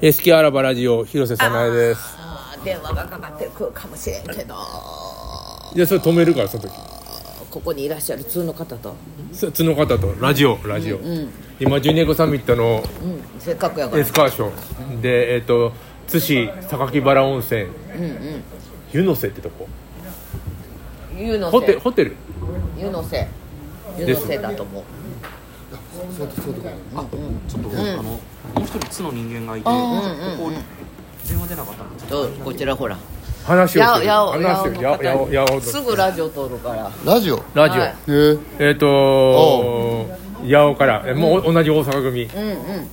えー、スキアラバラジオ広瀬さなえですあー電話がかかってくるかもしれんけどじゃあそれ止めるからその時ここにいらっしゃる通の方と、そその方とラジオラジオ、今ジュニアコサミットのうん、せっかくやかエらスカーションでえっ、と津市榊原温泉、湯の瀬ってとこ湯のホテせホテル湯のせ湯のせだと思うそういうとそういうとこなんかちょっと、あのももう一人津の人間がいて、ここ電話出なかったの。どうこちらほら話をやすおるやお話をするやおやおやおすぐラジオ通るからラジオへラジオ、はいええっ、と八尾からえもう同じ大阪組、うんうん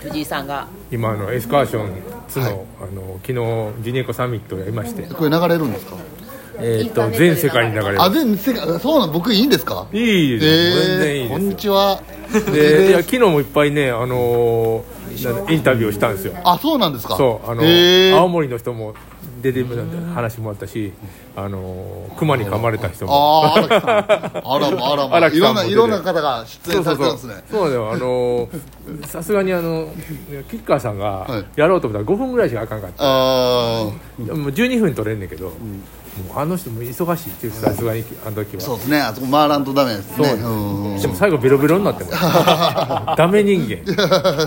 藤井さんが今あのエスカーション津の,、あの昨日ジュニアコサミットやりまして、これ流れるんですかえっ、とインターネットで流れ全世界に流れるあ全世界そうなの僕いいんですかいいですよ、全然いいこでんすにちはでいや昨日もいっぱいね、あのーなんだインタビューをしたんですよあそうなんですかそうあのへえ青森の人も出てみたんで話もあったし、あのー熊に噛まれた人もあー荒 木さんあらまあらま荒木いさろんんもな出ていろんな方が出演されてたんですねそうだよあの ーさすがにあの吉川さんはがいやろうと思ったら5分ぐらいしかあかんかった、あもう12分取れんねんけど、もうあの人も忙しいっていうさすがにあの時あはそうですねあそこ回らんとダメですねそうですんでも最後ベロベロになっても らうダメ人間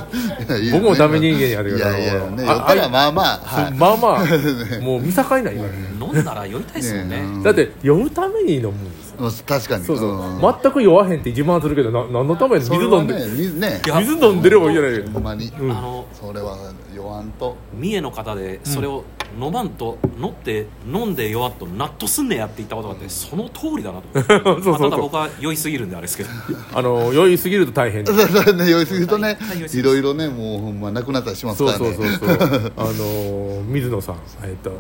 僕もダメ人間やでいやいやあのね酔ったらまあまあはいまあまあもう見境ない今ね飲んだら酔いたいですもんね。だって酔うために飲むんですようん確かにそうそう、ん全く酔わへんって自慢するけどな何のために水飲んで、それはね水ねいや水飲んでればいいじゃないほんまにあのそれは酔わんと三重の方でそれを飲まんと乗って飲んで弱っと納得すんねやって言ったことがあってその通りだなと思っそうてそうそうまあただ僕は酔いすぎるんであれですけどあの酔いすぎると大変そうそうそうね酔いすぎるとねはいはい酔いすぎいるろいろねもうほんまなくなったりしますそかうらそうねそう あの水野さんえっと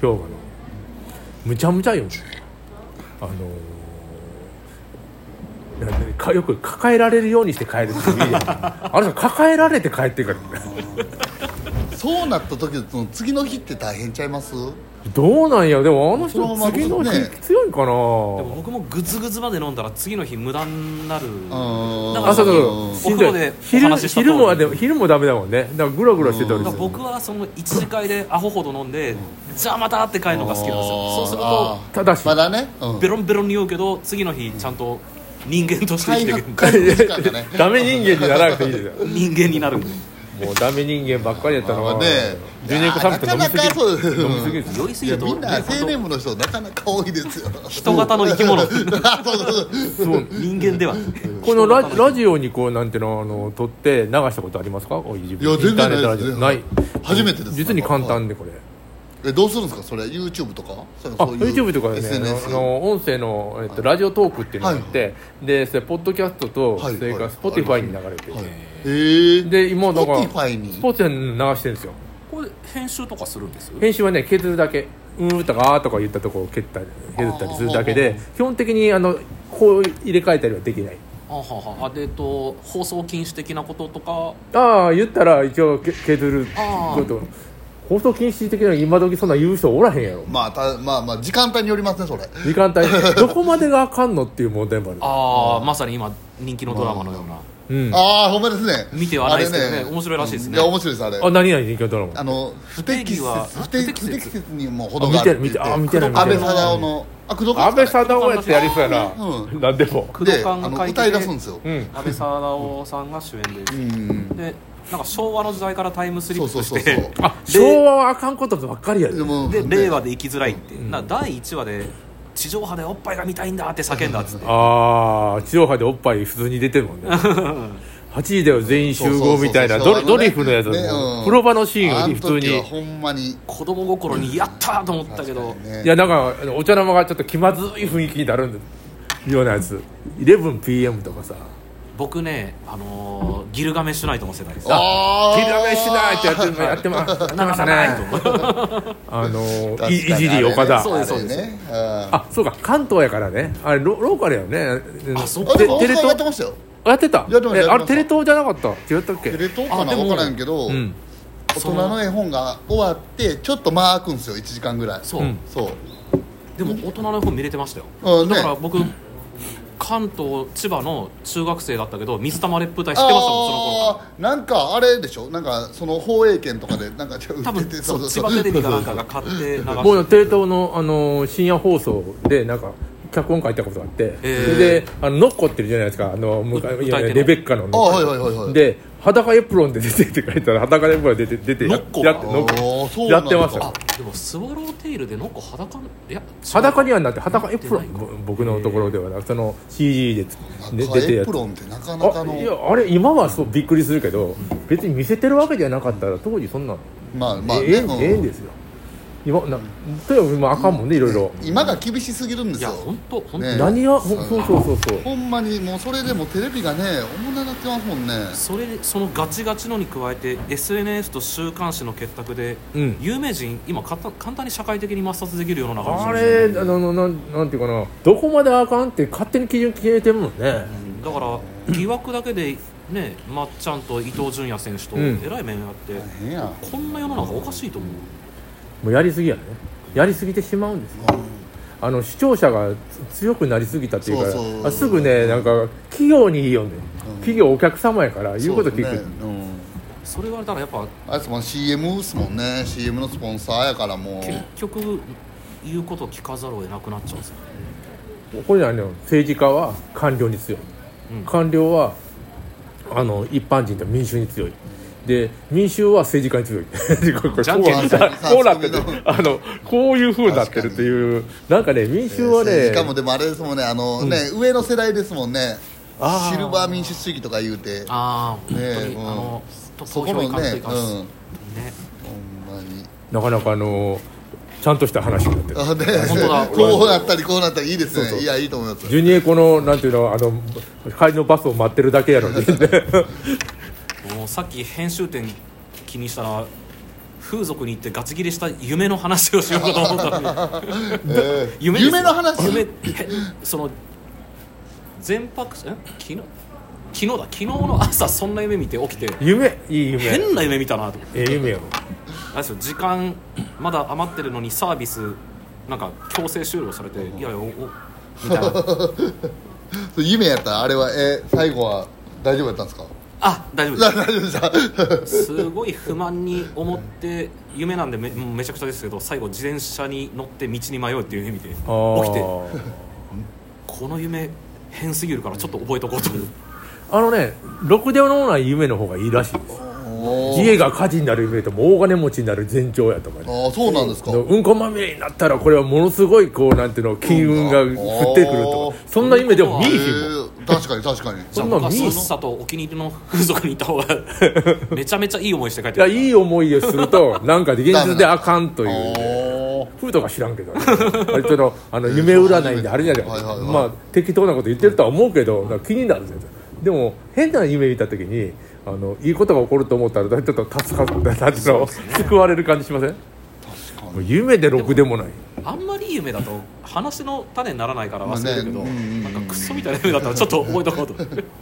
氷河のむちゃむちゃ酔うあのなんでかよく抱えられるようにして帰るっていう意味で あの人抱えられて帰ってるからそうなった時その次の日って大変ちゃいますどうなんやでもあの人そのまま次のね日強いんかなでも僕もグズグズまで飲んだら次の日無駄になるんだからあそううんそうそうお風呂でお昼話しした通り昼もでも昼もダメだもんねだからグラグラしてたりだから僕はその一次会でアホほど飲んでじゃあまたって帰るのが好きなんですよそうするとあーただしまだね、うんベロンベロンに酔うけど次の日ちゃんと人間とし回て生きてい復く回復時間がね ダメ人間にならなくていいですよ人間になるんでもうダメ人間ばっかりやったのまあはまあねジュニアコサミット飲みすぎなかなかそう飲みすぎです酔いすいぎやるとみんなね青年部の人なかなか多いですよ 人型の生き物あそうそうそう人間ではこのララジオにこうなんていうのあの撮って流したことありますかこういう自分いや全然インターネットラジオなないいです初めてです実に簡単でこれえどうするんですかそれ YouTube とかそれあそういう YouTube とかでねあ SNS のあの音声の、えっと、ラジオトークっていうのがあって、でそれポッドキャストと、はいそれからはい Spotify に流れてて、へえで今だから Spotify にスポーツで流してるんですよこれ編集とかするんです編集はね削るだけ「うー」とか「あー」とか言ったとこを蹴ったり削ったりするだけで基本的にあのこう入れ替えたりはできないあははあでえっと放送禁止的なこととかああ言ったら一応け削るあーこと放送禁止的なのに今時そんな言う人おらへんやろまあたまあまあ時間帯によりますねそれ時間帯 どこまでがあかんのっていう問題もあるああまさに今人気のドラマのようなうんあああほんまですね見てはないですけどね面白いらしいですねいや面白いですあれ何々人気のドラマあの不適切不適は不適不不適適切切にもほどがあるって言ってあ見てる見てるあ安見て倍る貞夫のあ工藤安倍サダ夫ヲややっっててややりりそそううややなな、うん 何でも工藤であ官の会歌い議出すんですでようん安倍貞夫さんが主演でうんでなんか昭和の時代からタイムスリそッうそプうしそうてそうあ昭和はあかんことばっかりやででもでね令和で生きづらいって、な第1話で地上波でおっぱいが見たいんだって叫んだっつってああ地上波でおっぱい普通に出てるもんね 8時だよ全員集合みたいなそうそうドそうリそドうリフのやつだねもんうん風呂場のシーンより普通あの時はにほんまに子供心にやったーと思ったけど、いやなんかあのお茶の間がちょっと気まずい雰囲気になるようなやつ 11pm とかさ僕ね、あのーギルガメシュナイトの世代です「あひーらめしない!」ってやってやってまやってましたね あのいいじり岡田そうですそそううでですすねああそうか関東やからねあれロローカルやよねあそっででもテテレレやって東ましたよやってたやってましたえやってましたあれテレ東じゃなかった違ったっけテレ東かあなでも分からんけどうん大人の絵本が終わってちょっと間空くんですよ1時間ぐらいそうそうでも大人の本見れてましたよ、あねだから僕、関東千葉の中学生だったけど水玉烈風隊知ってましたもんその頃からあーなんかあれでしょなんかその放映権とかでなんかちょっと多売っ分ててそう千葉テレビかなんかが買って流も しうてテレ東の、あのー深夜放送でなんか脚本書いたことがあって、えーそれであのノッコってるじゃないですかあの昔歌い手のレベッカのあノッコはいはいはいはいで裸エプロンで出てって書いたら裸エプロンで出て出てやノッコやってあノッコーそうなんだやってましたあでもスワローテイルでなんか裸のいや裸にははなって裸エプロンなってないかぼ僕のところではなくその CG でつで中出てエやプつロンってなかなかあのいやあれ今はそうびっくりするけど別に見せてるわけじゃなかったら当時そんなのまあまあえねえうんええんですよ今なとにかく今あかんもんねいろいろ今が厳しすぎるんでいすやよ本当本当、ねえ何がほそうそうそうそうほんまにもうそれでもテレビがねおもんななってますもんねそれでそのガチガチのに加えて SNS と週刊誌の結託で、うん有名人今かた簡単に社会的に抹殺できる世の中あにれあのなんなんていうかなどこまであかんって勝手に基準決めてるもんねだから疑惑だけでねまっちゃんと伊東純也選手とうんえらい面あって、大変やこんな世の中おかしいと思うもうやりすぎやねやりすぎてしまうんですよあの視聴者がつ強くなりすぎたっていうからそうそうあすぐねなんか企業にいいよね、企業お客様やから言うこと聞く、そうですねうんそれ言われたらやっぱあれですもん CM ですもんね CM のスポンサーやからもう結局言うこと聞かざるを得なくなっちゃうんですよねこれじゃないのよ政治家は官僚に強い、うん官僚はあの一般人と民衆に強いで民衆は政治家に強い これこれじゃんけんこうじゃんけんこうなっててさああのこういうふうになってるっていうなんかね民衆はね、しかもでもあれですもんねあのね、上の世代ですもんねあーシルバー民主主義とか言うてほああ本ねえ当に、うんあのとそこ投票のねいかんといかんっすうんねんまになかなかあのちゃんとした話になってるあね本当 だこうなったりこうなったりいいですそねうそういやいいと思いますジュニエコのなんていうのあの帰りのバスを待ってるだけやの にもうさっき編集点気にしたら風俗に行ってガチ切れした夢の話をしようかと思ったんでえ え夢ですよの話夢へその全泊しえ昨日昨日だ昨日の朝そんな夢見て起きて夢いい夢変な夢見たなと思ってええ夢よあれですよ時間まだ余ってるのにサービスなんか強制終了されていやいやおおみたいなそう夢やったらあれはえ最後は大丈夫やったんですかあ大丈夫大丈夫 でしたですすごい不満に思って夢なんでめもうめちゃくちゃですけど最後自転車に乗って道に迷うっていう夢見て起きてあーこの夢変すぎるからちょっと覚えとこうと思ってあのねろくでのない夢の方がいいらしいですおー家が火事になる夢とも大金持ちになる前兆やとかねああそうなんですかうんこまみれになったらこれはものすごいこうなんていうの金運が降ってくるとかうんそんな夢でも見ええひんもんー確かに確かにじゃあそんな僕のは見えへそんっさとお気に入りの風俗に行った方が めちゃめちゃいい思いして帰っていやくるいい思いをするとなんか現実であかんというね、おーフードか知らんけど、ね、割とのあの夢占いであるじゃないですはいか、はいはいまあ、適当なこと言ってるとは思うけどなんか気になるんですよでも変な夢見た時にあのいいことが起こると思ったらちょっと助かったなんていうの救われる感じしません確かもうに夢でろくでもないあんまりいい夢だと話の種にならないからまあ忘ねれるけど、うんうんうんなんかクソみたいな夢だったらちょっと覚えとこうと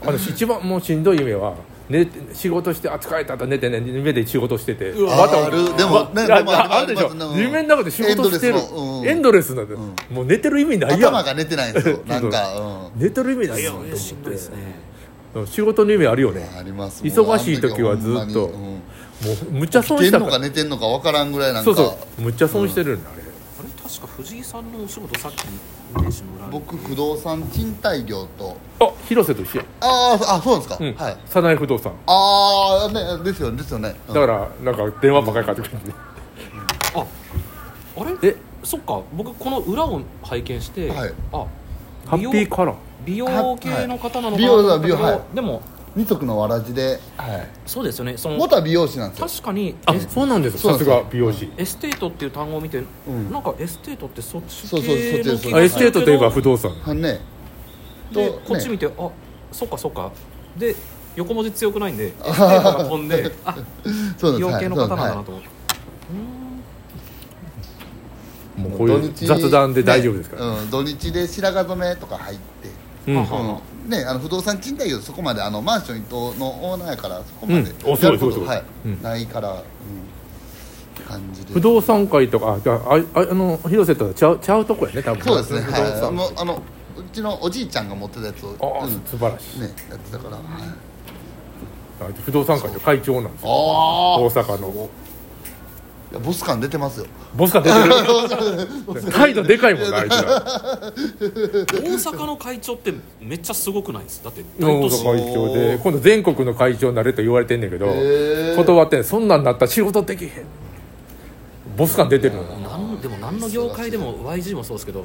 あの一番もうしんどい夢は寝て仕事して扱えたと寝てね夢で仕事しててうわまたあるでもまあねでもありますああるでしょありますねうん夢の中で仕事してるエンドレスのうんエンドレスなんだよもう寝てる意味ないやん頭が寝てないんですよなんか、うん寝てる意味ないやんと思っそてれしんどいですねうん仕事の意味あるよねあります忙しい時はずっとほんまにうんもうむっちゃ損寝てしんたのかから寝てんのか分からんぐらいなんかそうそうむっちゃ損してるんだあれあれ確か藤井さんのお仕事さっき天使の裏に僕不動産賃貸業とあ広瀬と一緒やあーあそうなんですうか、んはい早苗不動産ああねですよねですよね、うんだからなんか電話ばっかりかかってくるああれえそっか僕この裏を拝見して、はいあハッピーカラー美容系の方なのかな美容だ美容はいでも二足のわらじで、はそうですよねそい、の元は美容師なんですよ確かにあえそうなんですそうさすなんですよが美容師エステートっていう単語を見て、んなんかエステートってそっちそうそう系のそっちです気うんがあエステートといえばする不動産はんねけどとでこっちね見て、あそっかそっかで横文字強くないん でエステートが飛んであそうなん美です容はい系のそ方うなんなんだなですと思って、もうこういう雑談で大丈夫ですから、ねうん、土日で白髪染めとか入って、うんはういはうんね、あの不動産賃貸業そこまであのマンション一棟のオーナーやからそこまでうんおすごいやすること、ごいすごいはいうんないから、うん、感じで不動産会とかあじゃああああの広瀬とはちゃうちゃうとこやね多分そうですね不動はい産もうあのちのおじいちゃんが持ってたやつを、ああ、うん素晴らしい、ねやってたから、はいあいつ不動産会の会長なんですよああ大阪のいやボス感出てますよボスが出 てる態度でかいもんなあいつら大阪の会長ってめっちゃすごくないですだって大大都市阪会長で今度全国の会長になれと言われてんねんけどへえ断ってんそんなんなったら仕事できへんボス感出てるのになんでも何の業界でも YG もそうですけど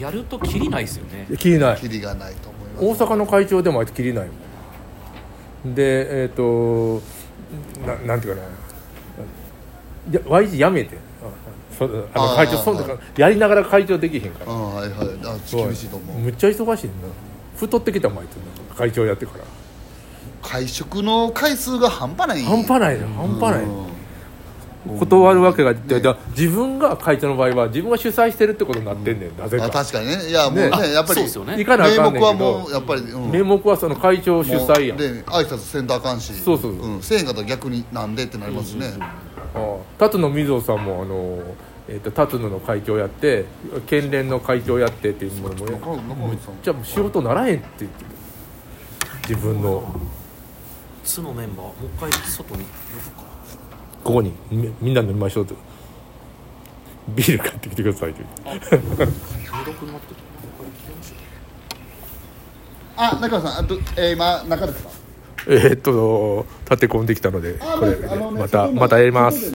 やるときりないですよねいや切りないキリがないと思います大阪の会長でもあいつ切りないもんでえっ、とななんていうかないや YG やめてあそあのあー会長そんなやりながら会長できへんからああはいはいあ厳しいと思うむっちゃ忙しいな太ってきたもんあいつな会長やってから会食の回数が半端ない半端ないよ半端ないうん断るわけがだだ自分が会長の場合は自分が主催してるってことになってんねんなぜあか確かにねいやもうねねやっぱりそうですよね行かなあ名かんね目んはけもどうやっぱり、うん名目はその会長主催やんもうで挨拶せんとあかんし、そうそうそうんせえへんかったら逆になんでってなりますね、ああ辰野瑞穂さんもあの、えっと辰野の会長やって県連の会長やってっていうものも中ね中森さんじゃあもう仕事ならへんって言ってた自分のつのメンバーもう一回外に呼ここにみみんな飲みましょうとビール買ってきてくださいってぶか無毒になってるもう一回行きましょあ中村さんあと、えー、今中ですかえーっと立て込んできたのでこれまああのねまそたこのまたやります